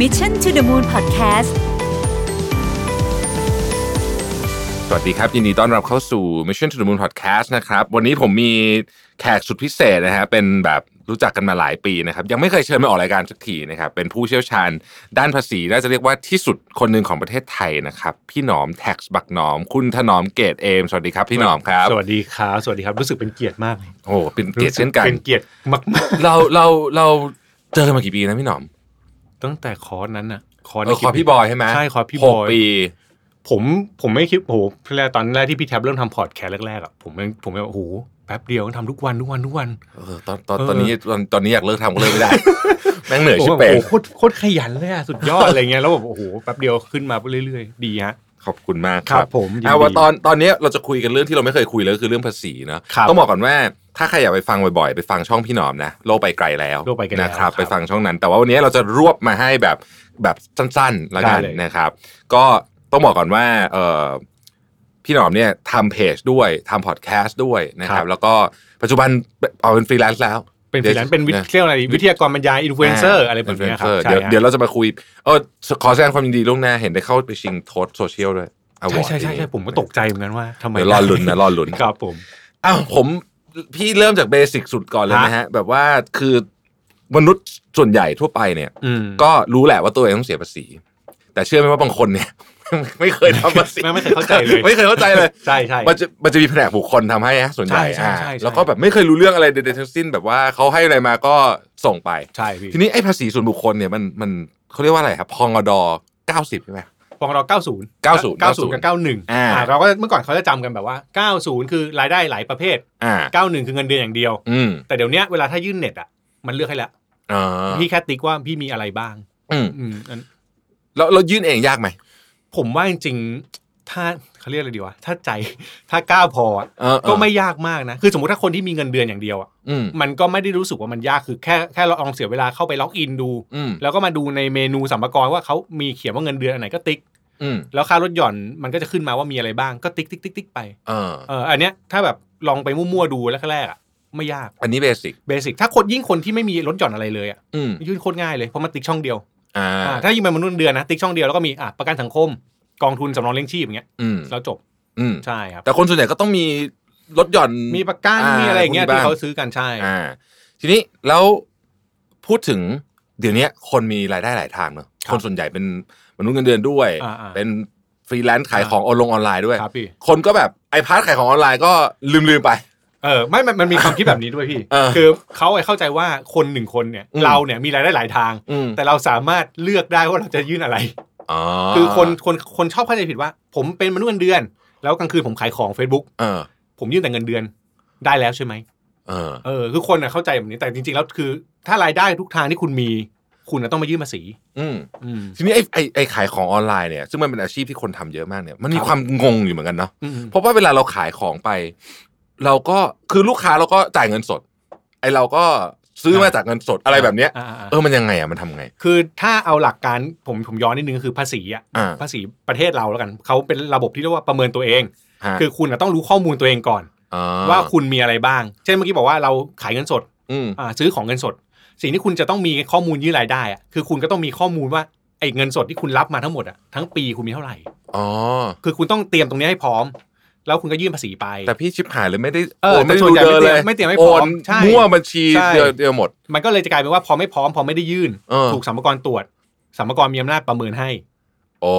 Mission to the Moon Podcast สวัสดีครับ ยินดีต้อนรับเข้าสู่ Mission to the Moon Podcast นะครับ วันนี้ผมมีแขกสุดพิเศษนะฮะเป็นแบบรู้จักกันมาหลายปีนะครับ ยังไม่เคยเชิญมาออกรายการสักทีนะครับ เป็นผู้เชี่ยวชาญด้านภาษี น่าจะเรียกว่าที่สุดคนหนึ่งของประเทศไทยนะครับ พี่หนอมแท็กบักหนอม คุณถนอมเกตเอม สวัสดีครับ พี่หนอมครับ สวัสดีครับ สวัสดีครับ รู้สึกเป็นเกียรติมากเลย โอ้โหเป็นเกียรติเช่นกัน เป็นเกียรติมากๆ เราเราเราเจอกันมากี่ปีนะพี่หนอม ตั้งแต่คอร์สนั้นอะคอร์ส เออ ใน ขอพี่บอยใช่ไหม ใช่คอร์สพี่ ห บ ก อย ปี ผมผมไม่คิดโอ้โหแรกตอนแรกที่พี่แท็บเริ่มทำพอร์ตแคสต์แรกๆอะผมยังผมยังโอ้โหแป๊บเดียวทำทุกวันทุกวันทุกวัน เออตอนตอน เออ ตอนนี้ตอนตอนนี้อยากเลิกทำก็เลิกไม่ได้ แม่งเหนื่อย โอ้ ชิ โห บเป่ง โอ้โหโคตรโคตรขยันเลยอะสุดยอดอะไรเงี้ยแล้วแบบโอ้โหแป๊บเดียวขึ้นมาเรื่อยๆ ดีฮะ ขอบคุณมากค ครั รับบ ผมยินดี เอาว่าตอนตอนนี้เราจะคุยกันเรื่องที่เราไม่เคยคุยเลยก็คือเรื่องภาษีเนอะ ครับ ต้องบอกก่อนว่าถ้าใครอยากไปฟังบ่อยๆ ไปฟังช่องพี่หนอมนะโลกไปไกลแล้ว โลกไปไกลแล้ว นะครับ ครับ ไปฟังช่องนั้น แต่ว่าวันนี้เราจะรวบมาให้แบบแบบสั้นๆละกัน ได้เลย นะครับก็ต้องบอกก่อนว่าเออพี่หนอมเนี่ยทำเพจด้วยทำพอดแคสต์ด้วยนะครับแล้วก็ปัจจุบันเอาเป็นฟรีแลนซ์แล้ว เป็น เดี๋ยว ฟิลแลนซ์เป็นวิ นะ เรียกอะไรวิทยากรบรรยายอินฟลูเอนเซอร์อะไรแบบเนี้ยครับ เออ ใช่ เดี๋ยว ฮะ เดี๋ยวเราจะมาคุยเออขอแสดงความยินดีล่วงหน้าเห็นได้เข้าไปชิงโทสโซเชียลด้วย ใช่ใช่ใช่ใช่ผมก็ตกใจเหมือนกันว่าทำไม เดี๋ยวรอลุ้นนะรอลุ้น ครับผม อ้าวผมพี่เริ่มจากเบสิกสุดก่อนเลยนะฮะ แบบว่าคือมนุษย์ส่วนใหญ่ทั่วไปเนี่ย อืม ก็รู้แหละว่าตัวเองต้องเสียภาษี แต่เชื่อไหมว่าบางคนเนี่ย ไม่เคยทำภาษี ไม่ไม่เคยเข้าใจเลย ไม่เคยเข้าใจเลย ใช่ใช่ มันจะมันจะมีแผนกบุคคลทำให้ฮะส่วนใหญ่ ใช่ใช่ อ่า ใช่ใช่ แล้วก็แบบไม่เคยรู้เรื่องอะไรใดๆทั้งสิ้น แบบว่าเขาให้อะไรมาก็ส่งไป ใช่พี่ ทีนี้ไอ้ภาษีส่วนบุคคลเนี่ยมันมันเขาเรียกว่าอะไรครับพองอดอเก้าสิบใช่ไหม พองเรา90 90 90 กับ 91 อ่า เราก็เมื่อก่อนเขาจะจำกันแบบว่า 90 คือรายได้หลายประเภท อ่า 91 คือเงินเดือนอย่างเดียว อืม แต่เดี๋ยวเนี้ยเวลาถ้ายื่นเน็ตอ่ะมันเลือกให้แล้ว อ่า พี่แค่ติ๊กว่าพี่มีอะไรบ้าง อืม อืมอัน แล้วเรายื่นเองยากไหม ผมว่าจริงๆ ถ้าเขาเรียกอะไรดีวะ ถ้าใจ ถ้ากล้าพออะ เออเออ ก็ไม่ยากมากนะ คือสมมติถ้าคนที่มีเงินเดือนอย่างเดียวอ่ะ อืม มันก็ไม่ได้รู้สึกว่ามันยาก คือแค่แค่เราลองเสียเวลาเข้าไปล็อกอินดู อืม แล้วก็มาดูในเมนูสัมภาระว่าเขามีเขียนว่าเงินเดือนอันไหนก็ติ๊ก อืม แล้วค่ารถหย่อนมันก็จะขึ้นมาว่ามีอะไรบ้าง ก็ติ๊กติ๊กติ๊กติ๊กไป เออ เอออันเนี้ยถ้าแบบลองไปมั่วๆดูแรกๆอ่ะไม่ยาก อันนี้เบสิก เบสิกถ้าคนยิ่งคนที่ไม่มีรถหย่อนอะไรเลยอ่ะ อืม ยื่นโคตรง่ายเลยเพราะมันติ๊กช่องเดียว อ่า อ่าถ้ายิ่งเป็นมนุษย์เงินเดือนนะติ๊กช่องเดียวแล้วก็มีอ่ะประกันสังคม กองทุนสำรองเลี้ยงชีพอย่างเงี้ย อืม แล้วจบ อืม ใช่ครับ แต่คนส่วนใหญ่ก็ต้องมีลดหย่อน มีประกัน อ่ามี มีอะไรอย่างเงี้ย พวกนี้ ที่ บ้าง เขาซื้อกันใช่ อ่า ทีนี้แล้วพูดถึงเดี๋ยวนี้คนมีรายได้หลายทางเนอะคนส่วนใหญ่เป็นมนุษย์เงินเดือนด้วย อ่าๆ เป็นฟรีแลนซ์ขาย อ่า ของออนลงออนไลน์ด้วย ครับพี่ คนก็แบบไอพาร์ทขายของออนไลน์ก็ลืมลืมๆไป เออไม่มันมันมีความคิดแบบนี้ด้วยพี่ เออ คือเขาไอ้เข้าใจว่าคนหนึ่งคนเนี่ย อืม เราเนี่ยมีรายได้หลายทาง อืม แต่เราสามารถเลือกได้ว่าเราจะยื่นอะไร อ๋อ คือคนคนคนชอบเข้าใจผิดว่า ผมเป็นมนุษย์เงินเดือน แล้วกลางคืนผมขายของ Facebook เออ ผมยื่นแต่เงินเดือนได้แล้วใช่ไหม เออ เออคือคนน่ะเข้าใจแบบนี้แต่จริงๆแล้วคือ ถ้ารายได้ทุกทางที่คุณมี คุณน่ะต้องมายื่นภาษี อืม อืม ทีนี้ไอไอไอขายของออนไลน์เนี่ย ซึ่งมันเป็นอาชีพที่คนทำเยอะมากเนี่ย มันมี ครับ ความงงอยู่เหมือนกันเนาะ อืม เพราะว่าเวลาเราขายของไป เราก็คือลูกค้าเราก็จ่ายเงินสด ไอเราก็ซื้อมาจากเงินสดอะไรแบบเนี้ย อ่าๆๆ เออมันยังไงอ่ะมันทำไง คือถ้าเอาหลักการผมผมย้อนนิดนึงก็คือภาษีอ่ะ อ่า ภาษีประเทศเราแล้วกันเขาเป็นระบบที่เรียกว่าประเมินตัวเอง ฮะ คือคุณน่ะต้องรู้ข้อมูลตัวเองก่อน ว่าคุณมีอะไรบ้าง เช่นเมื่อกี้บอกว่าเราขายเงินสด อืม อ่าซื้อของเงินสด สิ่งที่คุณจะต้องมีข้อมูลยื่นรายได้อะคือคุณก็ต้องมีข้อมูลว่าไอ้เงินสดที่คุณรับมาทั้งหมดอ่ะทั้งปีคุณมีเท่าไหร่ อ๋อ คือคุณต้องเตรียมตรงนี้ให้พร้อม แล้วคุณก็ยื่นภาษีไป แต่พี่ชิบหายเลยไม่ได้ เออ โนไม่ แต่ส่ ดู วนใหญ่ เดินเลย ไม่เตรียมไม่ โอ พร้อม น ใช่ มั่วบัญชี ใช่ เดียวเดียวหมด มันก็เลยจะกลายเป็นว่าพอไม่พร้อมพอไม่ได้ยื่น เออ ถูกสัมภากระตรวจสัมภากระมีอำนาจประเมินให้ โอ้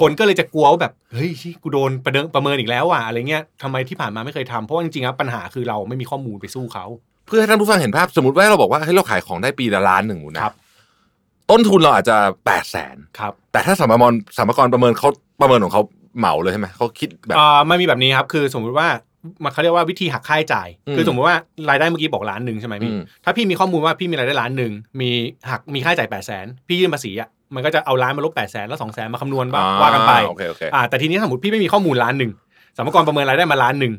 คนก็เลยจะกลัวว่าแบบเฮ้ยชิกูโดนประเดิมประเมินอีกแล้วอ่ะอะไรเงี้ยทำไมที่ผ่านมาไม่เคยทำเพราะว่าจริงๆแล้วปัญหาคือเราไม่มีข้อมูลไปสู้เขา เพื่อให้ท่านผู้ฟังเห็นภาพสมมติว่าเราบอกว่าให้ยเราขายของได้ปีละล้านหนึ่งหมูนะครับ ต้นทุนเราอาจจะแปดแสน ครับ แต่ถ้าสัมภาระสัมภาระประเมินเขาประเมินของเขาเหมาเลยใช่ไหมเขาคิดแบบ อ่ามันมีแบบนี้ครับคือสมมุติว่ามันเขาเรียกว่าวิธีหักค่าใช้จ่าย อืม คือสมมติว่ารายได้เมื่อกี้บอกล้านหนึ่งใช่ไหมพี่ อืม ถ้าพี่มีข้อมูลว่าพี่มีรายได้ล้านหนึ่งมีหักมีค่าใช้จ่ายแปดแสนพี่ยื่นภาษีอ่ะมันก็จะเอาล้านมาลบแปดแสนแล้วสองแสนมาคำนวณว่าว่ากันไป โอเคโอเค อ่าแต่ทีนี้สมมติพี่ไม่มีข้อมูลล้านหนึ่งสมกรประเมินรายได้มาล้านหนึ่ง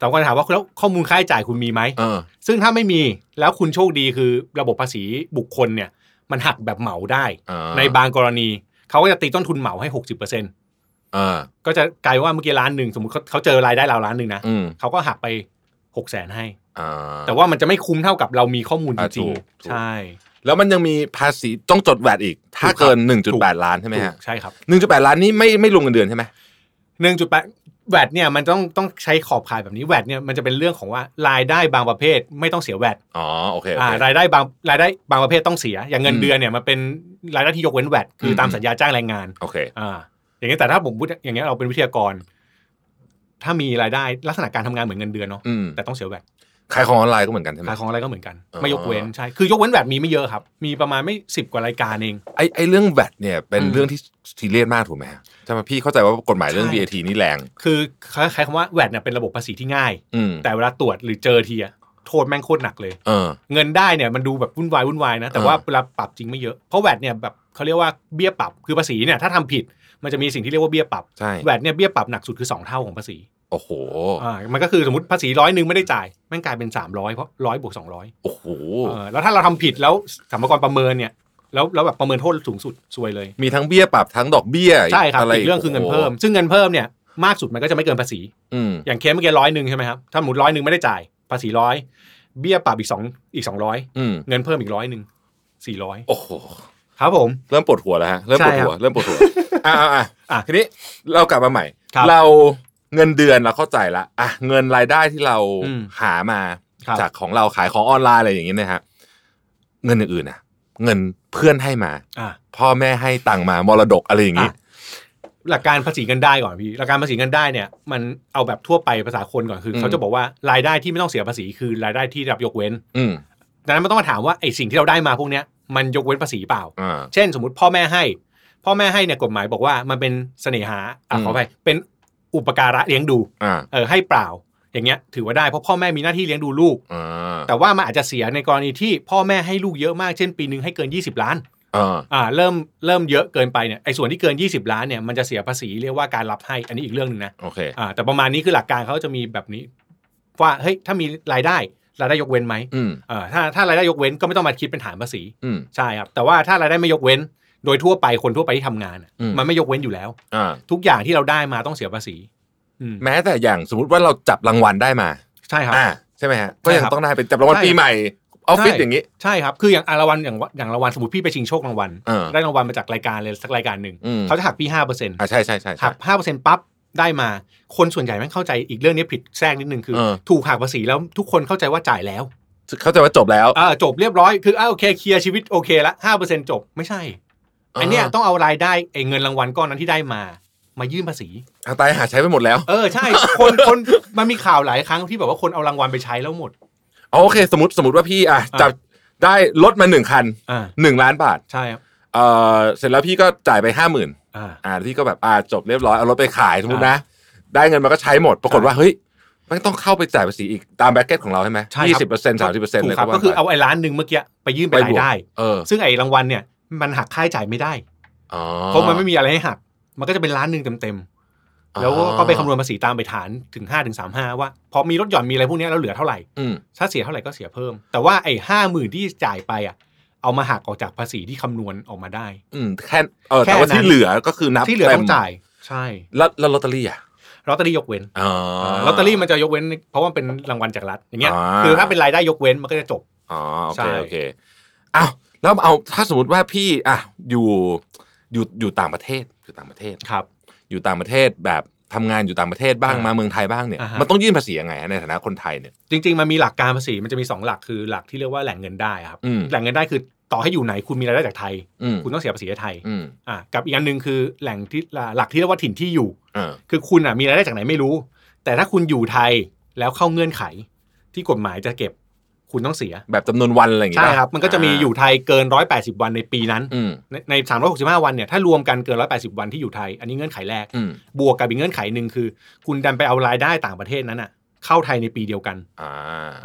สมกรถามว่าแล้วข้อมูลค่าใช้จ่ายคุณมีไหม เออ ซึ่งถ้าไม่มีแล้วคุณโชคดีคือระบบภาษีบุคคลเนี่ยมันหักแบบเหมาได้ อ่า ในบางกรณี เขาก็จะตีต้นทุนเหมาให้ 60% เออ ก็จะกลายว่าเมื่อกี้ล้านหนึ่งสมมติเขาเขาเจอรายได้เราล้านหนึ่งนะ อืม เขาก็หักไป 6 0 0 0 0นให้ อ่า แต่ว่ามันจะไม่คุ้มเท่ากับเรามีข้อมูลจ อ่าถู ริง กถูก ๆใช่ แล้วมันยังมีภาษีต้องจดแวดอีก ถ้าเกิน ถูก 1.8 ล้านใช่ไหม ถู ฮะ กใช่ครับ 1.8 ล้านนี่ไม่ไม่รวมเงินเดือนใช่ไหม หนึ่งจุดแปดแวดเนี่ยมันต้องต้องใช้ขอบข่ายแบบนี้แวดเนี่ยมันจะเป็นเรื่องของว่ารายได้บางประเภทไม่ต้องเสียแวด อ๋อโอเคโอ อ่า เค รายได้บางรายได้บางประเภทต้องเสีย อย่างเงิน อืม เดือนเนี่ยมันเป็นรายได้ที่ยกเว้นแวดคืออ ม ตามสัญญาจ้างแรงงาน โอเค อ่าอย่างนี้ยแต่ถ้าผมพูดอย่างเงี้ยเราเป็นวิทยากร ถ้ามีรายได้ลักษณะการทำงานเหมือนเงินเดือนเนาะ อืม แต่ต้องเสียแวด ขายของออนไลน์ก็เหมือนกันใช่ไหม ขายของอะไรก็เหมือนกัน อ๋อ ไม่ยกเว้นใช่คือยกเว้นแวดมีไม่เยอะครับ มีประมาณไม่สิบกว่ารายการเอง ไอ้ไอ้เรื่องแวดเนี่ยเป็น อืม เรื่องที่ซีเรียสมากถูกไหมฮะใช่ไหมพี่เข้าใจว่ากฎหมายเรื่อง ใช่ VAT นี่แรง คือคล้ายๆคำว่าแวดเนี่ยเป็นระบบภาษีที่ง่าย อืม แต่เวลาตรวจหรือเจอทีอะโทษแม่งโคตรหนักเลย เออ เงินได้เนี่ยมันดูแบบวุ่นวายวุ่นวายนะแต่ อ่า ว่าเวลาปรับจริงไม่เยอะเพราะแวดเนี่ยแบบเขาเรียกว่าเบี้ยปรับคือภาษีเนี่ยถ้าทำผิดมันจะมีสิ่งที่เรียกว่าเบี้ยปรับ ใช่ แวดเนี่ยเบี้ยปรับหนักสุดคือสองเท่าของภาษี โอ้โห อ่ามันก็คือสมมติภาษีร้อยหนึ่งไม่ได้จ่ายแม่งกลายเป็น 300 เพราะร้อยบวกสองร้อย โอ้โห แล้วถ้าเราทำผิดแล้วสรรพากรประเมินเนี่ยแล้วแล้วแบบประเมินโทษสูงสุดซวยเลย มีทั้งเบี้ยปรับทั้งดอกเบี้ย ใช่ครับ ะไ อีกเรื่องคือเงินเพิ่ม ซึ่งเงินเพิ่มเนี่ยมากสุดมันก็จะไม่เกินภาษี อืม อย่างเคสเมื่อกี้ร้อยหนึ่งใช่ไหมครับถ้าสมมติร้อยหนึ่งไม่ได้จ่ายภาษีร้อยเบี้ยปรับอีกสองอีกสองร้อย อืม เงินเพิ่มอีกร้อยหนึ่งสี่ร้อย โอ้โห ครับผม เริ่มปวดหัวแล้วฮะเริ่มปวดหัวเริ่มปวดหัวอ่าอ่า อ่ะ ทีนี้เรากลับมาใหม่ ครับ เราเงินเดือนเราเข้าใจละอ่ะเงินรายได้ที่เรา อืม หามา ครับ จากของเราขายของออนไลน์อะไรอย่างนี้นะฮะเงินอย่างอื่นอะเงินเพื่อนให้มา อ่ะ พ่อแม่ให้ตังค์มามรดกอะไรอย่างนี้ อ่ะ หลักการภาษีเงินได้ก่อนพี่หลักการภาษีเงินได้เนี่ยมันเอาแบบทั่วไปภาษาคนก่อนคือเขาจะบอกว่ารายได้ที่ไม่ต้องเสียภาษีคือรายได้ที่ได้รับยกเว้น อืม ดังนั้นมันต้องมาถามว่าไอ้สิ่งที่เราได้มาพวกเนี้ยมันยกเว้นภาษีเปล่า อ่า เช่น สมมติพ่อแม่ให้ พ่อแม่ให้เนี่ยกฎหมายบอกว่ามันเป็นเสน่หาอ่ะ อืม ขอไปเป็นอุปการะเลี้ยงดู อ่า เออให้เปล่า อย่างเงี้ยถือว่าได้เพราะพ่อแม่มีหน้าที่เลี้ยงดูลูก อ่า แต่ว่ามันอาจจะเสียในกรณีที่พ่อแม่ให้ลูกเยอะมากเช่นปีหนึ่งให้เกิน 20 ล้าน อ่า อ่าเริ่มเริ่มเยอะเกินไปเนี่ยไอ้ส่วนที่เกิน 20 ล้านเนี่ยมันจะเสียภาษีเรียกว่าการรับให้อันนี้อีกเรื่องหนึ่งนะ โอเค อ่าแต่ประมาณนี้คือหลักการเขาจะมีแบบนี้ ว่าเฮ้ยถ้ามีรายได้รายได้ยกเว้นไหม อืม เอ่อถ้าถ้ารายได้ยกเว้นก็ไม่ต้องมาคิดเป็นฐานภาษี อืม ใช่ครับแต่ว่าถ้ารายได้ไม่ยกเว้น โดยทั่วไปคนทั่วไปที่ทำงานอะ อืม มันไม่ยกเว้นอยู่แล้ว อ่า ทุกอย่างที่เราได้มาต้องเสียภาษีอืม แม้แต่อย่างสมมติว่าเราจับรางวัลได้มา ใช่ครับ อ่าใช่ไหมฮะก็ยัง ใช่ครับ ต้องได้เป็นจับรางวัล ใช่ ปีใหม่ออฟฟิศอย่างนี้ ใช่ครับคืออย่างอารางวัลอย่างวะอย่างรางวัลสมมติพี่ไปชิงโชครางวัล เออ ได้รางวัลมาจากรายการเลยสักรายการหนึ่ง อืม เขาจะหักพี่ห้าเปอร์เซ็นต์ อ่าใช่ใช่ใช่ใช่ หักห้าเปอร์เซ็นต์ปั๊บได้มา คนส่วนใหญ่ไม่เข้าใจอีกเรื่องนี้ผิดแทรกนิดนึงคือ เออ ถูกหักภาษีแล้วทุกคนเข้าใจว่าจ่ายแล้ว เข้าใจว่าจบแล้ว อ่าจบเรียบร้อยคืออ่าโอเคเคลียร์ชีวิตโอเคละห้าเปอร์เซ็นต์จบไม่ใช่ อันเนี้ยต้องเอารายได้ไอ้เงินรางวัลก้อนนั้นที่ได้มา มายื่นภาษี ทางตายหาใช้ไปหมดแล้ว เออใช่ คนคนมันมีข่าวหลายครั้งที่แบบว่าคนเอารางวัลไปใช้แล้วหมด โอเค สมมติสมมติว่าพี่อ่ะ อ่ะ จับได้รถมาหนึ่งคัน อ่า หนึ่งล้านบาท ใช่ครับ เออเสร็จแล้วพี่ก็จ่ายไปห้าหมื่น อ่า อ่าพี่ก็แบบอ่าจบเรียบร้อยเอารถไปขายสมมติ อ่ะ นะ ได้เงินมาก็ใช้หมด ปรากฏว่าเฮ้ยมันต้องเข้าไปจ่ายภาษีอีกตามแบ็กเก็ตของเราใช่ไหม ใช่ครับ ยี่สิบเปอร์เซ็นต์สามสิบเปอร์เซ็นต์ ถู เล ก ย ครับ ว่ ก็คือเอาไอ้ล้านหนึ่งเมื่อกี้ไปยื่นเป็นรายได้ เออ ซึ่งไอ้รางวัลเนี่ยมันหักค่าใช้จ่ายไม่ได้ อ๋อ เพราะมันไม่มีอะไรให้หัก มันก็จะเป็นล้านหนึ่งเต็มๆแล้วก็ไปคำนวณภาษีตามไปฐานถึง5้าถึงสามห้าว่าพอมีลดหย่อนมีอะไรพวกเนี้ยแล้วเหลือเท่าไหร่ อืม ถ้าเสียเท่าไหร่ก็เสียเพิ่ม แต่ว่าไอ้ห้าหมื่นที่จ่ายไปอ่ะเอามาหักออกจากภาษีที่คำนวณออกมาได้ อืมแค่เออแต่ แค่ ว่า นั้น ที่เหลือก็คือนับ ที่เหลือต้อง ต็ม จ่ายใช่ แล้วแล้วลอตเตอรี่อ่ะ ลอตเตอรี่ยกเว้น อ๋อ ลอตเตอรี่มันจะยกเว้น เพราะว่ามันเป็นรางวัลจากรัฐอย่างเงี้ย อ่า คือถ้าเป็นรายได้ยกเว้นมันก็จะจบ อ๋อโอ ใช่ เคโอเคอ้าวแล้วเอาถ้าสมมติว่าพี่อ่ะอยู่อยู่อยู่ต่างประเทศอยู่ต่างประเทศ ครับ อยู่ต่างประเทศแบบทำงานอยู่ต่างประเทศบ้าง อ่าม มาเมืองไทยบ้างเนี่ย อ่าฮะ มันต้องยื่นภาษียังไงฮะในฐานะคนไทยเนี่ย จริง ๆ มันมีหลักการภาษีมันจะมี 2 หลักคือหลักที่เรียกว่าแหล่งเงินได้ครับ อืม แหล่งเงินได้คือต่อให้อยู่ไหนคุณมีรายได้จากไทย อืม คุณต้องเสียภาษีให้ไทย อืม อ่ะกับอีกอันหนึ่งคือแหล่งที่หลักที่เรียกว่าถิ่นที่อยู่ อ่า คือคุณอ่ะมีรายได้จากไหนไม่รู้ แต่ถ้าคุณอยู่ไทยแล้วเข้าเงื่อนไข ที่กฎหมายจะเก็บ คุณต้องเสีย แบบจำนวนวันอะไรอย่างงี้ ใช่ ปะ ครับมันก็จะมีอยู่ไทยเกิน 180 วันในปีนั้น อืม ในใน365 วันเนี่ยถ้ารวมกันเกิน 180 วันที่อยู่ไทย อันนี้เงื่อนไขแรก อืม บวกกับอีกเงื่อนไขหนึ่งคือ คุณดันไปเอารายได้ต่างประเทศนั้นอ่ะ เข้าไทยในปีเดียวกัน อ่า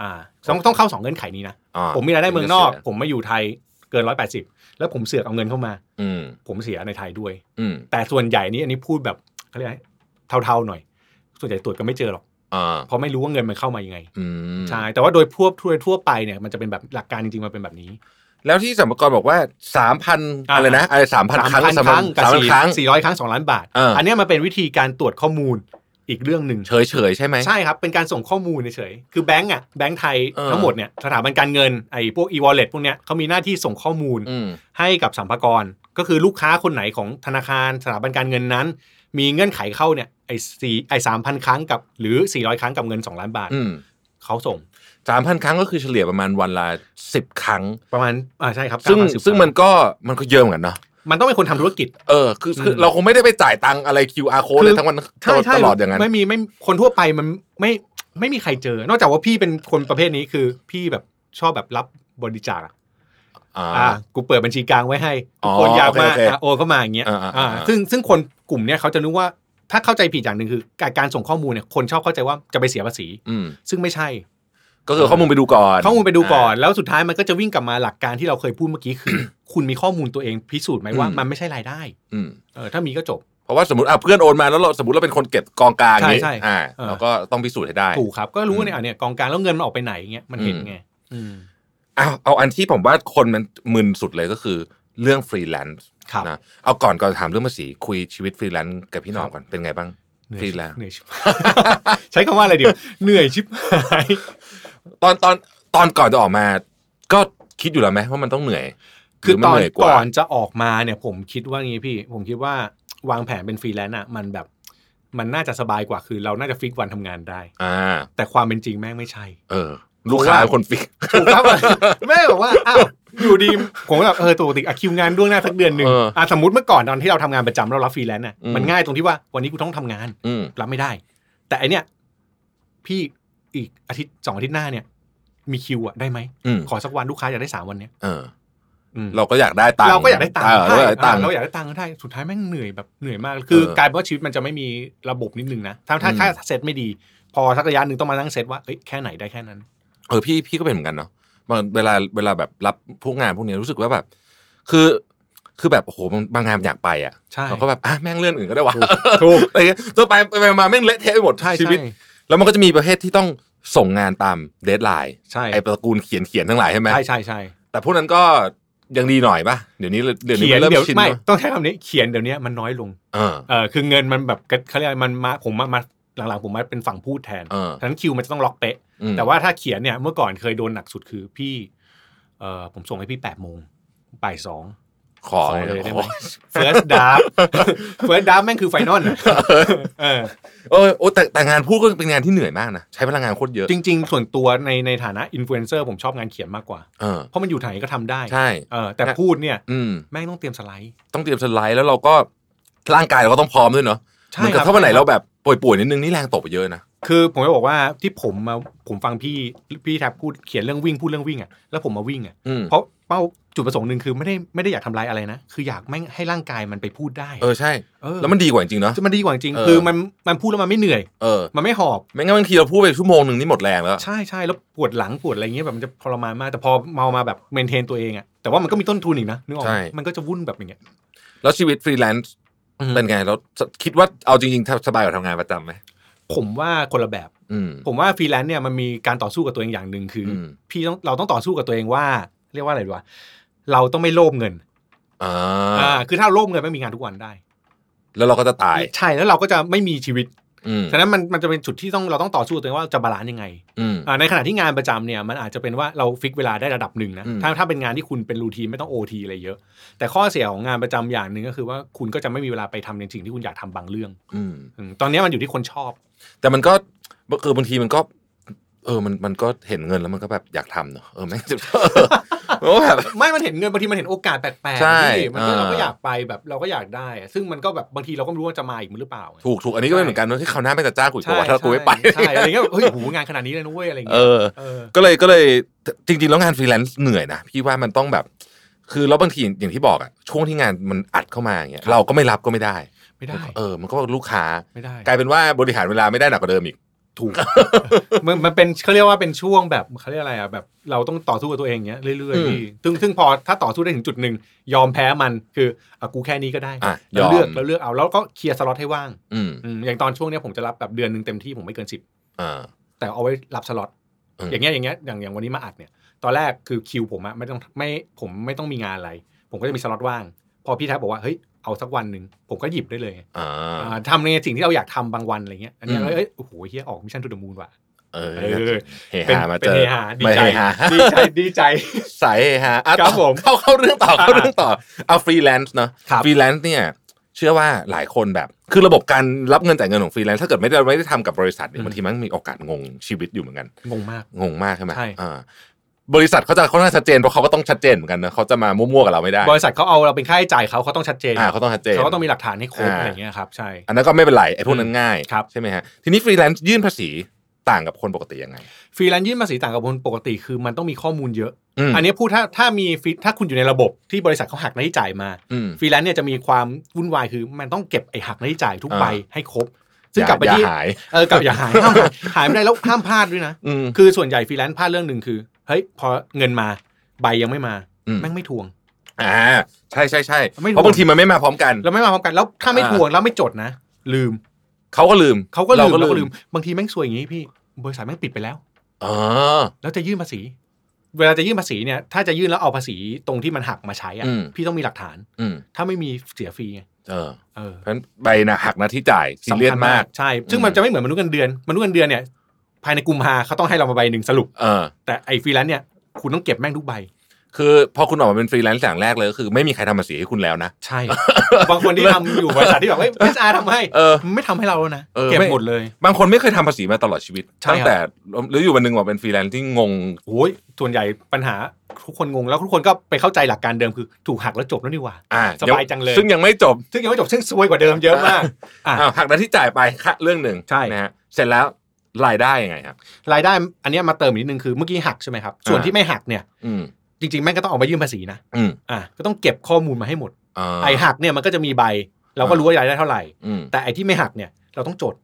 อ่าต้องต้องเข้าสองเงื่อนไขนี้นะ อ่า ผมมีรายได้เมืองนอก ผมมาอยู่ไทยเกินร้อยแปดสิบแล้วผมเสือกเอาเงินเข้ามา อืม ผมเสียในไทยด้วย อืม แต่ส่วนใหญ่นี่อันนี้พูดแบบเขาเรียกอะไรเทาๆหน่อย ส่วนใหญ่ตรวจก็ไม่เจอหรอก อ่า เพราะไม่รู้ว่าเงินมันเข้ามายังไง อืม ใช่แต่ว่าโดยทั่วทั่วทั่วไปเนี่ยมันจะเป็นแบบหลักการจริงๆมันเป็นแบบนี้ แล้วที่สัมภากรบอกว่าสามพัน อ่า อะไรนะอะไรสามพันครั้ง 3,000ครั้งกับ สามพัน สี่ ครั้ง สี่ร้อยครั้งสองล้านบาท เอออั นเนี้ยมันเป็นวิธีการตรวจข้อมูล อีกเรื่องหนึ่ง เฉยเฉยๆใช่ไหม ใช่ครับ เป็นการส่งข้อมูลเฉยๆคือแบงก์อ่ะแบงก์ไทย เออ ทั้งหมดเนี่ยสถาบันการเงินไอ้พวก e-wallet พวกเนี้ยเขามีหน้าที่ส่งข้อมูล อืม ให้กับสัมภากร ก็คือลูกค้าคนไหนของธนาคารสถาบันการเงินนั้น มีเงื่อนไขเข้าเนี่ยไอ้สี่ไอ้สามพันครั้งกับหรือ 400 ครั้งกับเงิน 2 ล้านบาท อืม เขาส่ง สามพันครั้งก็คือเฉลี่ยประมาณวันละสิบครั้ง ประมาณอ่าใช่ครับ ซึ่ง 9,010 ซึ่งมันก็มันก็เยอะเหมือนกันเนาะ มันต้องเป็นคนทำธุรกิจ เออคือคือ อืม เราคงไม่ได้ไปจ่ายตังค์อะไร QR code คือ เลยทั้งวันตลอดตลอดอย่างนั้น ไม่มีไม่คนทั่วไปมันไม่ไม่มีใครเจอ นอกจากว่าพี่เป็นคนประเภทนี้คือพี่แบบชอบแบบรับบริจาคอะ อ่า อ่ากูเปิดบัญชีกลางไว้ให้ อ๋อ คนอยากมา โอเคโอเค อ่ะโอนเข้ามาอย่างเงี้ย อ่าอ่า อ่า อ่า ซึ่งซึ่งคนกลุ่มเนี้ยเขาจะนึกว่าถ้าเข้าใจผิดอย่างหนึ่งคือการการส่งข้อมูลเนี่ยคนชอบเข้าใจว่าจะไปเสียภาษี อืม ซึ่งไม่ใช่ ก็คือข้อมูลไปดูก่อน ข้อมูลไปดูก่อน แล้วสุดท้ายมันก็จะวิ่งกลับมาหลักการที่เราเคยพูดเมื่อกี้คือ คุณมีข้อมูลตัวเองพิสูจน์ไหมว่ามันไม่ใช่รายได้ อืม เออถ้ามีก็จบ เพราะว่าสมมติอ่ะเพื่อนโอนมาแล้วเราสมมติเราเป็นคนเก็บกองกลางนี้ ใช่ใช่ อ่า เออ เราก็ต้องพิสูจน์ให้ได้ ถูกครับก็รู้ว่าเนี่ย อืม อ่ะเนี่ยกองกลางแล้วเงินมันออกไปไหนอย่างเงี้ยมันเห็น อืม ไงอืม เอาเอาอันที่ผมว่าคนมันมึนสุดเลยก็คือเรื่องฟรีแลนซ์ ครับ นะเอาก่อนก่อนถามเรื่องภาษีคุยชีวิตฟรีแลนซ์กับพี่หนอมก่อนเป็นไงบ้าง เหนื่อย ฟรี ชิบ แลนซ์ เหนื่อยชิบ ใช้คำว่าอะไรดีวะเหนื่อยชิบหาย ตอนตอนตอนก่อนจะออกมา ก็คิดอยู่แล้วไหมว่ามันต้องเหนื่อย คือ หรืมั ตอน เหยว่า ก่อนจะออกมาเนี่ย ผมคิดว่างี้พี่ ผมคิดว่าวางแผนเป็นฟรีแลนซ์อ่ะมันแบบ มันน่าจะสบายกว่าคือ เราน่าจะฟิกวันทำงานได้ อ่า แต่ความเป็นจริงแม่งไม่ใช่ เออ ลูกค้าเป็นคนฟิก ถูกครับ แม่บอกว่าอ้าวอยู่ดีผมก็แบบเออตัวติกอะคิวงานล่วงหน้าสักเดือนหนึ่ง เอออ่ ะสมมติเมื่อก่อนตอนที่เราทำงานประจำเรารับฟรีแลนซ์อ่ะ อืม มันง่ายตรงที่ว่าวันนี้กูต้องทำงาน อืม รับไม่ได้ แต่อันเนี้ยพี่อีกอาทิตย์สองอาทิตย์หน้าเนี่ย มีคิวอ่ะได้ไหม อืม ขอสักวันลูกค้าอยากได้สามวันเนี้ย เออ อืม เราก็อยากได้ตังค์ เราก็อยากได้ตังค์ เออเรา ใช่ อยากได้ตังค์ เราอยากได้ตังค์ก็ได้สุดท้ายแม่งเหนื่อยแบบเหนื่อยมากคือ เออก ลายเป็นว่าชีวิตมันจะไม่มีระบบนิดนึงนะถ้าถ้า อืม ถ้าเซตไม่ดี พอสักระยะหนึ่งต้องมานั่งเซตว่าเอ้ยแค่ไหนได้แค่นั้น เออพี่พี่ก็เป็นเหมือนกันเนาะบางเวลาเวลาแบบรับพวกงานพวกเนี้ยรู้สึกว่าแบบ คือคือแบบโอ้โหบางบางงานอยากไปอ่ะ ใช่ เราก็แบบอ่ะแม่งเลื่อนอื่นก็ได้วะ ถูก ถูก อะไรเงี้ยตัวไปไปไปมาแม่งเละเทะไปหมด ใช่ ชีวิต ใช่ แล้วมันก็จะมีประเภทที่ต้องส่งงานตามเดทไลน์ ใช่ ไอ้ตระกูลเขียนเขียนทั้งหลายใช่ไหม ใช่ใช่ใช่ แต่พวกนั้นก็ยังดีหน่อยป่ะเดี๋ยวนี้เดี๋ยวนี้ เขียมันนเริ่ม เดี๋ยว ชิน ไม่ แล้ว ต้องใช้คำนี้เขียนเดี๋ยวนี้มันน้อยลง เออ เออคือเงินมันแบบเขาเรียกอะไรมันมาผมมามาหลังๆผมมาเป็นฝั่งพูดแทน เออ ฉะนั้นคิวมันจะต้องล็อกเป๊ะ อืม แต่ว่าถ้าเขียนเนี่ยเมื่อก่อนเคยโดนหนักสุดคือพี่เออผมส่งให้พี่แปดโมงบ่ายสอง ขอ ขอเลยได้ไหม ขอ First Draft First Draft แม่งคือไฟน อลนะเออ เออโอ้แต่แต่งานพูดก็เป็นงานที่เหนื่อยมากนะใช้พลังงานโคตรเยอะ จริง ๆ ส่วนตัวในในฐานะอินฟลูเอนเซอร์ผมชอบงานเขียนมากกว่า เออ เพราะมันอยู่ไหนก็ทำได้ ใช่ เออแต่พูดเนี่ย อืม แม่งต้องเตรียมสไลด์ ต้องเตรียมสไลด์แล้วเราก็ร่างกายเราก็ต้องพร้อมด้วยเนาะ ใช่ เหมือนกับ ครับ ถ้าวันไหนเราแบบป่วยๆนิดนึงนี่แรงตกไปเยอะนะ คือผมจะบอกว่าที่ผมมาผมฟังพี่พี่แท็บพูดเขียนเรื่องวิ่งพูดเรื่องวิ่งอ่ะแล้วผมมาวิ่งอ่ะ อืม เพราะเป้าจุดประสงค์หนึ่งคือไม่ได้ไม่ได้อยากทำลายอะไรนะ คืออยากแม่งให้ร่างกายมันไปพูดได้ เออใช่ เออ แล้วมันดีกว่าจริงๆเนาะ จะมันดีกว่าจริง เออ คือมันมันพูดแล้วมันไม่เหนื่อย เออ มันไม่หอบ ไม่งั้นบางทีเราพูดไปชั่วโมงหนึ่งนี่หมดแรงแล้ว ใช่ใช่แล้วปวดหลังปวดอะไรเงี้ยแบบมันจะทรมานมาก แต่พอเมามาแบบเมนเทนตัวเองอะแต่ว่ามันก็มีต้นทุนอีกนะนึกออกไหมมันก็จะวุ่นแบบอย่างเงี้ย แล้วชีวิตฟรีแลนซ์เป็นไงเราคิดว่าเอาจริงๆสบายกว่าทำงานประจำไหม ผมว่าคนละแบบ อืม ผมว่าฟรีแลนซ์เนี่ยมันมีการต่อสู้กับตัวเองอย่างหนึ่งคือ ม พี่ต้องเราต้องต่อสู้กับตัวเองว่า เรียกว่าอะไรดีวะเราต้องไม่โลภเงิน อ่า อ่าคือถ้าโลภเงินไม่มีงานทุกวันได้ แล้วเราก็จะตาย ใช่แล้วเราก็จะไม่มีชีวิต อืม ฉะนั้นมันมันจะเป็นจุดที่ต้องเราต้องต่อสู้กับตัวเองว่าจะบาลานซ์ยังไง อืม อ่าในขณะที่งานประจำเนี่ยมันอาจจะเป็นว่าเราฟิกเวลาได้ระดับหนึ่งนะ อืม ถ้าถ้าเป็นงานที่คุณเป็นรูทีนไม่ต้องโอทีอะไรเยอะ แต่ข้อเสียของงานประจำอย่างหนึ่งก็คือว่าคุณก็จะไม่มีเวลาไปทำในสิ่งที่คุณอยากทำบางเรื่อง อืม อืมตอนนี้มันอยู่ที่คนชอบ แต่มันก็คือบางทีมันก็ เออมันมันก็เห็นเงินแล้วมันก็แบบอยากทำเนาะเออแม่ง จะเออแบบ ไม่มันเห็นเงินบางทีมันเห็นโอกาสแปลก ใช่ ๆที่มันก็ อ่า เราก็อยากไปแบบเราก็อยากได้อะซึ่งมันก็แบบบางทีเราก็ไม่รู้ว่าจะมาอีกหรือเปล่าไง ถูกถูกอันนี้ก็เป็นเหมือนกันเนอะที่คราวหน้าไม่งจะจ้างกูอีกเพราะว่าถ้ากูไม่ไป ใช่อะไรเงี้ยแบบเฮ้ยโหงานขนาดนี้เลยนะเว้ยอะไร เอ เงี้ย อ เออ ก็เลยก็เลยจริงๆ แล้วงานฟรีแลนซ์เหนื่อยนะ พี่ว่ามันต้องแบบ คือแล้วบางทีอย่างที่บอกอะช่วงที่งานมันอัดเข้ามาอย่างเงี้ยเราก็ไม่รับก็ไม่ได้ ไม่ได้ เออ มันก็ลูกค้า ไม่ได้ กลายเป็นว่าบริหารเวลาไม่ได้หนักกว่าเดิมอีก ถูกมัน มันเป็นเขาเรียกว่าเป็นช่วงแบบเขาเรียกอะไรอ่ะแบบเราต้องต่อสู้กับตัวเองเงี้ยเรื่อย อืม ๆพี่ซึ่งซึ่งพอถ้าต่อสู้ได้ถึงจุดหนึ่งยอมแพ้มันคืออ่ะกูแค่นี้ก็ได้ อ่ะยอเราม เลือกเราเลือกเอาแล้วก็เคลียร์สล็อตให้ว่าง อืม อืมอย่างตอนช่วงเนี้ยผมจะรับแบบเดือนหนึ่งเต็มที่ผมไม่เกินสิ อ่า แต่เอาไว้รับสล็อต อืม อย่างเงี้ยอย่างเงี้ยอย่างอย่างวันนี้มาอัดเนี่ย ตอนแรกคือคิวผมอะไม่ต้องไม่ผมไม่ต้องมีงานอะไร ผมก็จะมีสล็อตว่าง พอพี่ทักบอกว่าเฮ้ยเอาสักวันหนึ่งผมก็หยิบได้เลย อ่า อ่าทำในสิ่งที่เราอยากทำบางวันอะไรเงี้ยอันเนี้ย อืม เอ้ยโอ้โหเฮียออกมิชชั่นทูเดอะมูนว่ะ เออ เออ เฮ เป็น ฮามา เป็ เจ น อ เฮฮาดี ไม่ ใจ เฮฮา ดีใจดีใจ สายเฮฮาอ่ะ ครับ ต่อ ผม เข้าเข้าเรื่องต่อเข้าเรื่องต่อเอาฟรีแลนซ์เนาะ ครับ ฟรีแลนซ์เนี่ย เชื่อว่าหลายคนแบบ คือระบบการรับเงินจ่ายเงินของฟรีแลนซ์ถ้าเกิดไม่ได้ไม่ได้ทำกับบริษัทเนี่ยบางทีมันมีโอกาสงงชีวิตอยู่เหมือนกัน งงมาก งงมากใช่ไหม ใช่ อ่าบริษัทเขาจะค่อนข้างชัดเจนเพราะเขาก็ต้องชัดเจนเหมือนกันนะเขาจะมามั่วๆกับเราไม่ได้ บริษัทเขาเอาเราเป็นค่าใช้จ่ายเขาเขาต้องชัดเจน อ่าเขาต้องชัดเจน เขาก็ต้องมีหลักฐานให้ครบ อ่า อะไรเงี้ยครับใช่ อันนั้นก็ไม่เป็นไรไอ้พวกนั้นง่าย ครับ ใช่ไหมฮะทีนี้ฟรีแลนซ์ยื่นภาษีต่างกับคนปกติยังไง ฟรีแลนซ์ยื่นภาษีต่างกับคนปกติคือมันต้องมีข้อมูลเยอะ อืม อันนี้พูดถ้าถ้ามีฟรีถ้าคุณอยู่ในระบบที่บริษัทเขาหักหน้าที่จ่ายมา อืม ฟรีแลนซ์เนี่ยจะมีความวุ่นวายคือมันต้องเก็บไอ้หักหน้าที่จ่ายทุก อ่า ใบให้ครบ ซึ่งกลับไป อย่า ที่ อย่าหาย เออกลับอย่า หายห้ามหายหายไม่ได้แล้วห้ามพลาดด้วยนะ อืม คือส่วนใหญ่ฟรีแลนซ์พลาดเรื่องหนึ่งคือเฮ้ยพอเงินมาใบยังไม่มา อืม แม่งไม่ทวง อ่าใช่ใช่ใช่ ไม่รู้ เพราะบางทีมันไม่มาพร้อมกัน แล้วไม่มาพร้อมกันแล้วถ้าไม่ อ่า ทวงแล้วไม่จดนะ ลืม เขาก็ลืม เขาก็ลืมเราก็ลืม ม บางทีแม่งซวยอย่างนี้พี่บริษัทแม่งปิดไปแล้ว อ๋อ แล้วจะยื่นภาษี เวลาจะยื่นภาษีเนี่ย ถ้าจะยื่นแล้วเอาภาษีตรงที่มันหักมาใช้อะ อืม พี่ต้องมีหลักฐาน อืม ถ้าไม่มีเสียฟรีไง เออ เออ เพราะฉะนั้นใบนะหักหน้าที่จ่ายซีเรียส สำคัญ มาก ใช่ ซึ่งมันจะไม่เหมือนมนุษย์เงินเดือนมนุษย์เงินเดือนเนี่ย ภายในกุมภาเขาต้องให้เรามาใบหนึ่งสรุป เออ แต่ไอ้ฟรีแลนซ์เนี่ย คุณต้องเก็บแม่งทุกใบ คือพอคุณออกมาเป็นฟรีแลนซ์อย่างแรกเลยก็คือ ไม่มีใครทำภาษีให้คุณแล้วนะ ใช่ บางคนที่ทำอยู่บริษัทที่แบบเฮ้ยเอสอาร์ทำให้ เออ มันไม่ทำให้เราแล้วนะ เออ เก็บ ไม่ หมดเลย บางคนไม่เคยทำภาษีมาตลอดชีวิต ใช่ ตั้ง ครับ แต่หรืออยู่วันหนึ่งว่าเป็นฟรีแลนซ์ที่งง โอ้ยส่วนใหญ่ปัญหาทุกคนงงแล้วทุกคนก็ไปเข้าใจหลักการเดิมคือถูกหักแล้วจบแล้วนี่หว่า อ่า สบายจังเลย ซึ่งยังไม่จบ ซึ่งยังไม่จบซึ่งซวยกว่าเดิมเยอะมาก อ่ะ อ้าวหักหน้าที่จ่ายไปค่ะเรื่องหนึ่ง ใช่ นะฮะเสร็จแล้วรายได้ยังไงครับ รายได้อันเนี้ยมาเติมอีกนิดนึงคือเมื่อกี้หักใช่ไหมครับส่วน อ่า ที่ไม่หักเนี่ย อืม จริงๆแม่งก็ต้องออกมายื่นภาษีนะ อืม อ่ะก็ต้องเก็บข้อมูลมาให้หมด อ่า ไอหักเนี่ยมันก็จะมีใบ เราก็รู้ว่ารายได้เท่าไหร่ อืม แต่ไอที่ไม่หักเนี่ยเราต้องจด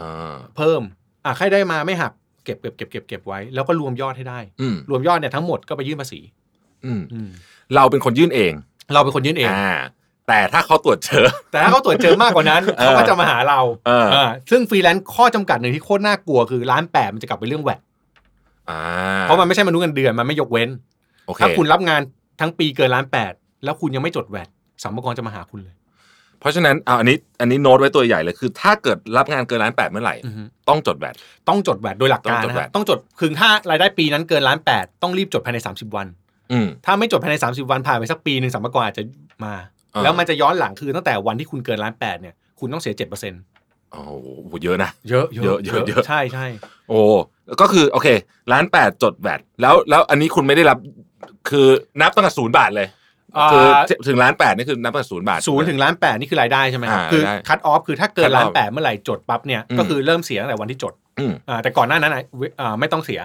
อ่า เพิ่มอ่ะใครได้มาไม่หักเก็บเก็บเก็บเก็บเก็บไว้ แล้วก็รวมยอดให้ได้ อืม รวมยอดเนี่ยทั้งหมดก็ไปยื่นภาษี อืม อืม เราเป็นคนยื่นเอง เราเป็นคนยื่นเอง อ่า แต่ถ้าเขาตรวจเจอ แต่ถ้าเขาตรวจเจอมากกว่านั้น เออ เขาก็จะมาหาเรา เออ อ่าซึ่งฟรีแลนซ์ข้อจำกัดหนึ่งที่โคตรน่ากลัวคือร้านแปดมันจะกลับไปเรื่องแวด อ่า เพราะมันไม่ใช่มนุษย์เงินเดือนมันไม่ยกเว้น โอเค ถ้าคุณรับงานทั้งปีเกินล้านแปดแล้วคุณยังไม่จดแวดสัมภาระจะมาหาคุณเลย เพราะฉะนั้นเอาอันนี้อันนี้โน้ตไว้ตัวใหญ่เลยคือ ถ้าเกิดรับงานเกินล้านแปดเมื่อไหร่ต้องจดแบต ต้องจดแวดโดยหลักการ ต้องจด นะ แวด ฮะต้องจดคือถ้ารายได้ปีนั้นเกินล้านแปดต้องรีบจดภายใน 30 วัน อืม ถ้าไม่จดภายใน 30 วันผ่านไปสักปีหนึ่งสัมภาระอาจจะมา อ่า แล้วมันจะย้อนหลังคือตั้งแต่วันที่คุณเกินล้านแปดเนี่ยคุณต้องเสีย7%เปอร์เซ็นต์ โอ้โหเยอะนะ เยอะ เยอะเยอะเยอะ ใช่ใช่ โอ้ก็คือโอเคล้านแปดจดแบตแล้วแล้วอันนี้คุณไม่ได้รับ คือนับตั้งแต่ศูนย์บาทเลย คือ อ่า ถึงล้านแปดนี่คือนับตั้งแต่ศูนย์บาท ศูนย์ถึงล้านแปดนี่คือรายได้ใช่ไหมครับ อ่า คือ รายได้ คัดออฟคือถ้าเกิน cut ล้าน off แปดเมื่อไหร่จดปั๊บเนี่ย อืม ก็คือเริ่มเสียตั้งแต่วันที่จด อืม อ่าแต่ก่อนหน้านั้นอ่ะเวอ่าไม่ต้องเสีย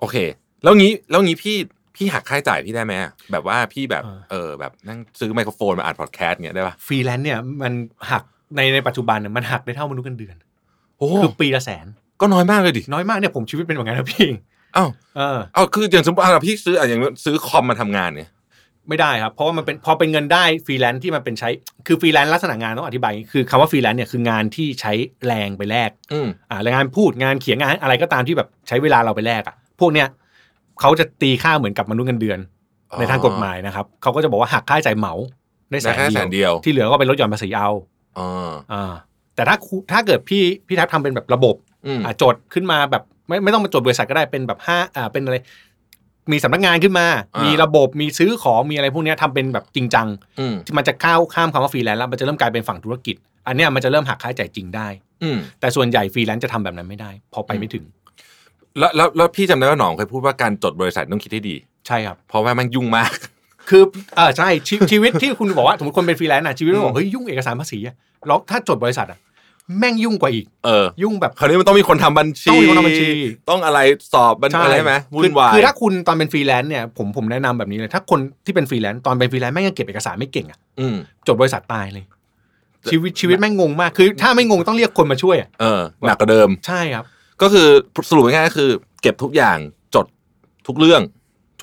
โอเค แล้วงี้แล้วงี้พี่พี่หักค่าใช้จ่ายพี่ได้ไหมอะแบบว่าพี่แบบ อ่า เออแบบนั่งซื้อไมโครโฟนมาอัดพอดแคสต์เงี้ยได้ป่ะ ฟรีแลนซ์เนี่ยมันหักในในปัจจุบันเนี่ยมันหักได้เท่ามนุษย์เงินเดือน โอ้ คือปีละแสน ก็น้อยมากเลยดิ น้อยมากเนี่ยผมชีวิตเป็นแบบนั้นนะพี่ อ้าว เออ อ้าวคืออย่างสมมติอ่ะพี่ซื้ออ่ะอย่างซื้อคอมมาทำงานเนี่ย ไม่ได้ครับ เพราะว่ามันเป็นพอเป็นเงินได้ฟรีแลนซ์ที่มันเป็นใช้คือฟรีแลนซ์ลักษณะงานต้องอธิบายอย่างนี้คือคำว่าฟรีแลนซ์เนี่ยคืองานที่ใช้แรงไปแลก อืม อ่าแรงงานพูดงานเขียนงานอะไรก็ตามที่แบบใช้เวลาเราไปแลกอ่ะพวกเนี้ยเขาจะตีค่าเหมือนกับมนุษย์เงินเดือน ในทางกฎหมายนะครับเขาก็จะบอกว่าหักค่าใช้จ่ายเหมาได้ ได้แค่แส แสน น เดียว เดียว ที่เหลือก็ไปลดหย่อนภาษีเอา อ๋อ อ่าแต่ถ้าคุถ้าเกิดพี่พี่ทักทำเป็นแบบระบบ อืม อ่ะจดขึ้นมาแบบไม่ไม่ต้องมาจดบริษัทก็ได้เป็นแบบห้าอ่าเป็นอะไร มีสำนักงานขึ้นมา ามี มีระบบมีซื้อของมีอะไรพวกเนี้ยทำเป็นแบบจริงจัง อืม มันจะก้าวข้ามคำว่าฟรีแลนซ์แล้วมันจะเริ่มกลายเป็นฝั่งธุรกิจ อันเนี้ยมันจะเริ่มหักค่าใช้จ่ายจริงได้ อืม แต่ส่วนใหญ่ฟรีแลนซ์จะทำแบบนั้นไม่ได้ พอไปไม่ถึง แล้วแล้วแล้วพี่จำได้ว่าหนองเคยพูดว่าการจดบริษัทต้องคิดให้ดี ใช่ครับ เพราะว่ามันยุ่งมาก คือเออใช่ชีชีวิตที่คุณบอกว่าสมมติคนเป็นฟรีแลนซ์อ่ะชีวิตมันบอ อื ก ม เฮ้ยยุ่งเอกสารภาษีอะแล้วถ้าจดบริษัทอ่ะแม่งยุ่งกว่าอีก เออ ยุ่งแบบ คราวนี้มันต้องมีคนทำบัญชี ต้องมีคนทำบัญชี ต้องอะไรสอบบัญชีอะไรไหมวุ่ คือน วาย คือถ้าคุณตอนเป็นฟรีแลนซ์เนี่ยผมผมแนะนำแบบนี้เลย ถ้าคนที่เป็นฟรีแลนซ์ตอนเป็นฟรีแลนซ์แม่งยังเก็บเอกสารไม่เก่งอ่ะ อืม จดบริษัทตายเลย ชีวิตชีวิตแม่งงงมากคือถ้าไม่งงต้องเรียกคนมาช่วยอ่ะ เออหนักกว่าเดิม ใช่ครับ ก็คือสรุปง่ายๆก็คือ เก็บทุกอย่างจดทุกเรื่อง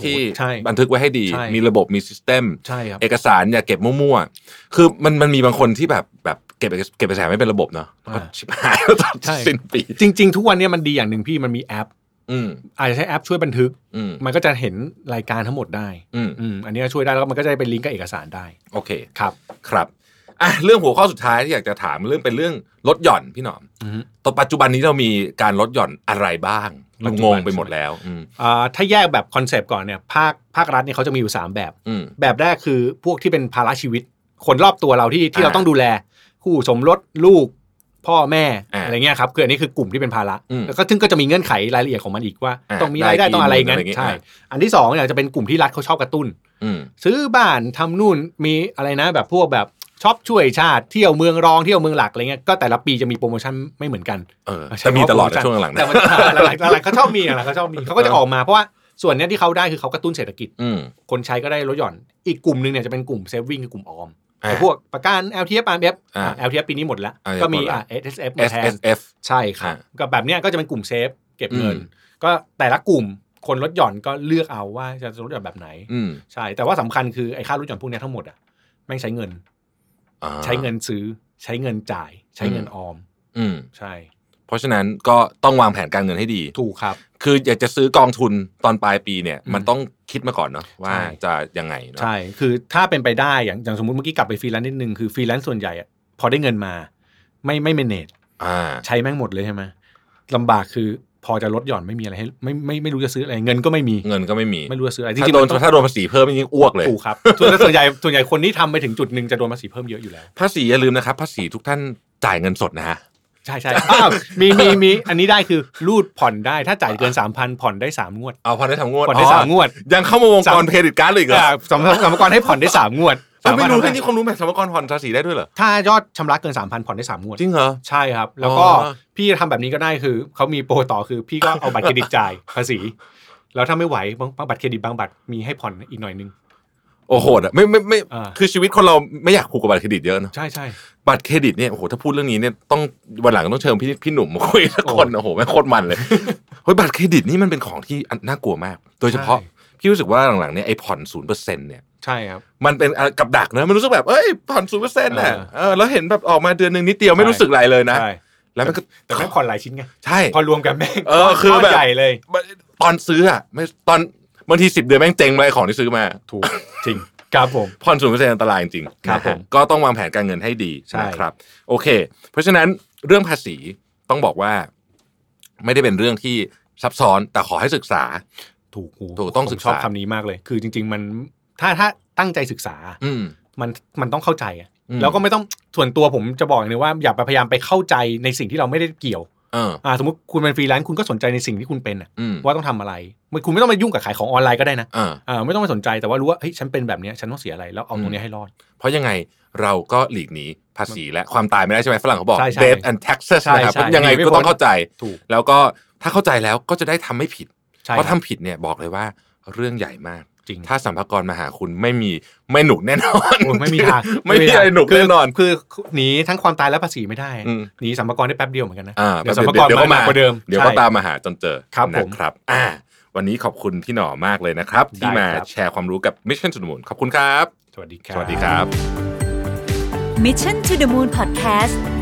ที่ ใช่ บันทึกไว้ให้ดี ใช่ มีระบบมีซิสเต็ม ใช่ครับ เอกสารอย่าเก็บมั่วๆ คือมันมันมีบางคนที่แบบแบบเก็บเอกเก็บเอกสารไม่เป็นระบบเนาะ อ่า ชิบหายแล้วตอน ใช่ สิ้นปี จริง ๆ ทุกวันเนี้มันดีอย่างหนึ่งพี่มันมีแอป อืม อาจจะใช้แอปช่วยบันทึก อืม มันก็จะเห็นรายการทั้งหมดได้ อืม อืมอันนี้ก็ช่วยได้แล้วก็มันก็จะไปลิงก์กับเอกสารได้ โอเค ครับ ครับอ่ะเรื่องหัวข้อสุดท้ายที่อยากจะถามเรื่องเป็นเรื่องลดหย่อนพี่หนอม อือฮึ ตอนปัจจุบันนี้เรามีการลดหย่อนอะไรบ้างเรางงไปหมดแล้ว อืม อ่าถ้าแยกแบบคอนเซปต์ก่อนเนี่ยภาคภาครัฐเนี่ยเขาจะมีอยู่ 3 แบบ อืม แบบแรกคือพวกที่เป็นภาระชีวิต คนรอบตัวเราที่ที่เรา อ่า ต้องดูแล คู่สมรสลูก พ่อแม่ อ่า อะไรเงี้ยครับคืออันนี้คือกลุ่มที่เป็นภาระ อืม แล้วก็ซึ่งก็จะมีเงื่อนไขรายละเอียดของมันอีกว่า อ่า ต้องมีรายได้ ได้กี่ ต้องอะไรอย่างนั้ หมื่ น นอะไรเงี้ย ใช่ อ่า อันที่สองเนี่ยจะเป็นกลุ่มที่รัฐเขาชอบกระตุ้น อืม ซื้อบ้านทำนู่นมีอะไรนะ แบบพวกแบบชอบช่วยชาติเที่ยวเมืองรองเที่ยวเมืองหลักอะไรเงี้ยก็แต่ละปีจะมีโปรโมชั่นไม่เหมือนกัน เออ ใช้ จะมี คำว่า ตลอด โปรโมนะชั่น ช่วงหลังๆ แต่ นะ มันหลายๆหลายๆเขาชอบมีอะไรเขาชอบมีเขาก็จะออกมาเพราะว่าส่วนเนี้ยที่เขาได้คือเขากระตุ้นเศรษฐกิจ อืม คนใช้ก็ได้ลดหย่อน อีกกลุ่มหนึ่งเนี่ยจะเป็นกลุ่มเซฟวิ่งคือกลุ่มออม อ่ะ ไอ้พวกประกัน LTF RMF อ่า อ่ะ LTF ปีนี้หมดแล้ว อ่า ก็มี หมดละ อ่ะ SSF มา S แทน S F ใช่ครับ อ่า ก็แบบเนี้ยก็จะเป็นกลุ่มเซฟเก็บเงิน อืม ก็แต่ละกลุ่มคนลดหย่อนก็เลือกเอาว่าจะลดหย่อนแบบไหน อืม ใช่ แต่ว่าสำคัญคือไอ้ค่าลดหย่อนพวกเนี้ยทั้งหมดอ่ะแม่งใช้เงิน อ่า ใช้เงินซื้อ ใช้เงินจ่าย ใช้เงินออม อืม ใช่ เพราะฉะนั้นก็ต้องวางแผนการเงินให้ดี ถูกครับ คืออยากจะซื้อกองทุนตอนปลายปีเนี่ย อืม มันต้องคิดมาก่อนเนาะว่า ใช่ จะยังไงเนาะ ใช่ คือถ้าเป็นไปได้อย่างอย่างสมมติเมื่อกี้กลับไปฟรีแลนซ์นิดนึงคือฟรีแลนซ์ส่วนใหญ่อะพอได้เงินมา ไม่ไม่เมเนจ อ่า ใช้แม่งหมดเลยใช่ไหมลำบากคือพอจะลดหย่อนไม่มีอะไรให้ไม่ไม่ไม่รู้จะซื้ออะไรเงินก็ไม่มี เงินก็ไม่มี ไม่รู้จะซื้ออะไรจ ถ้า ริง โด ๆ น มันต้อง ถ้าโดนภาษีเพิ่มยิ่งอ้วกเลย ถูกครับส่วนส่วนใหญ่ส่วนใหญ่คนที่ทำไปถึงจุดหนึ่งจะโดนภาษีเพิ่มเยอะอยู่แล้ว ภาษีอย่าลืมนะครับภาษีทุกท่านจ่ายเงินสดนะฮะ ใช่ใช่อ้าวมีมีมีอันนี้ได้คือรูดผ่อนได้ถ้าจ่ายเกินสามพันผ่อนได้สามงวด เอาพอได้ทำงวด ผ่อนได้ อ๋อ สามงวด ยังเข้ามาวงก สาร ม เครดิตการ์ดเลยอีกเหรอ อ่าสำนักสำนักกรให้ผ่อนได้สามงวด เอ้ยไม่รู้ สาารถทำ ไม่ ด้ นี่ความรู้ไหมสมกรผ่อนภาษีได้ด้วยเหรอ ถ้ายอดชำระเกินสามพันผ่อนได้สามงวด จริงเหรอ ใช่ครับ แล้วก็ อ๋อ พี่ทำแบบนี้ก็ได้คือเขามีโปรต่อคือ พี่ก็เอาบัตรเครดิตจ่าย ภาษี แล้วถ้าไม่ไหวบางบางบัตรเครดิตบางบัตรมีให้ผ่อนอีกหน่อยนึง โอ้โหดอะไม่ไม่ไม่ อ่า คือชีวิตคนเราไม่อยากผูกกับบัตรเครดิตเยอะเนอะ ใช่ใช่ บัตรเครดิตเนี่ยโอ้โหถ้าพูดเรื่องนี้เนี่ยต้องวันหลังต้องเชิญพี่พี่หนุ่มมาคุยสักคนโอ้โหแม่งโคตรมันเลยเฮ้ยบัตรเครดิตนี่มันเป็นของที่อันน่ากลัวมาก โดยเฉพาะพี่รู้สึกว่าหลังๆเนี่ยไอ้ผ่อนศูนย์เปอร์เซ็นต์เนี่ย ใช่ครับ มันเป็นอะไรกับดักนะมันรู้สึกแบบเอ้ยผ่อนศูนย์เปอร์เซ็นต์น่ะ อ่า เออแล้วเห็นแบบออกมาเดือนหนึ่งนิดเดียวไม่รู้สึกอะไรเลยนะ ใช่ แล้วมันก็ แต่ไม่ผ่อนหลายชิ้นไง ใช่ พอรวมกันแม่ง เออคือแบบ ก้นใหญ่เลย ตอนซื้ออะไม่ตอนบางทีสิบเดือนแม่งเจ๊งไปของที่ซื้อมา ถูกจริงครับผม ผ่อนศูนย์เปอร์เซ็นต์อันตรายจริงๆ ครับ นะฮะ ผม ก็ต้องวางแผนการเงินให้ดี ใช่ นะครับ โอเค เพราะฉะนั้นเรื่องภาษีต้องบอกว่า ไม่ได้เป็นเรื่องที่ซับซ้อนแต่ขอให้ศึกษา ถูกหู ถูกต้อง ผม ศึกษา ชอบคำนี้มากเลย คือจริง ๆ มันถ้าถ้าตั้งใจศึกษา อืม มันมันต้องเข้าใจอะ อืม แล้วก็ไม่ต้องส่วนตัวผมจะบอกอย่างหนึงว่าอย่าไปพยายามไปเข้าใจในสิ่งที่เราไม่ได้เกี่ยว เออ อ่าสมมติคุณเป็นฟรีแลนซ์คุณก็สนใจในสิ่งที่คุณเป็นอะ อืม ว่าต้องทำอะไรมันคุณไม่ต้องมายุ่งกับขายของออนไลน์ก็ได้นะ เออ อ่าไม่ต้องมาสนใจแต่ว่ารู้ว่าเฮ้ยฉันเป็นแบบเนี้ยฉันต้องเสียอะไรแล้วเอาตรงเนี้ยให้รอด เพราะยังไงเราก็หลีกหนีภาษีและความตายไม่ได้ใช่ไหมฝรั่งเขาบอก ใช่ใช่ debt and taxes ใช่ นะครับ ใช่ ยังไง หนีไม่ ก็ พ้ ต้อน งเข้าใจ ถูก แล้วก็ถ้าเข้าใจแล้วก็จะได้ทำไม่ผิด ใช่ เพราะทำผิดเนี่ยบอกเลยว่าเรื่องใหญ่มาก จริง ถ้าสัมภากระมาหาคุณไม่มีไม่หนุกแน่นอน โอ้ยไม่มีทาง ไม่มีอะไรหนุก คื แน่นอน คือหนีทั้งความตายและภาษีไม่ได้ อืม หนีสัมภากระได้แป๊บเดียวเหมือนกันนะ อ่า เดี๋ยว แป๊ สัม บ ภา เดี ก ยวเดี๋ยระวก็ หนั มา กกว่าเดิม เดี๋ยวก็ ใช่ ตามมาหาจนเจอ ครับผม นะครับ อ่า วันนี้ขอบคุณพี่หน่อมากเลยนะครับ ที่มา ได้ครับ แชร์ความรู้กับ Mission to the Moon ขอบคุณครับ สวัสดีครับ สวัสดีครับ Mission to the Moon Podcast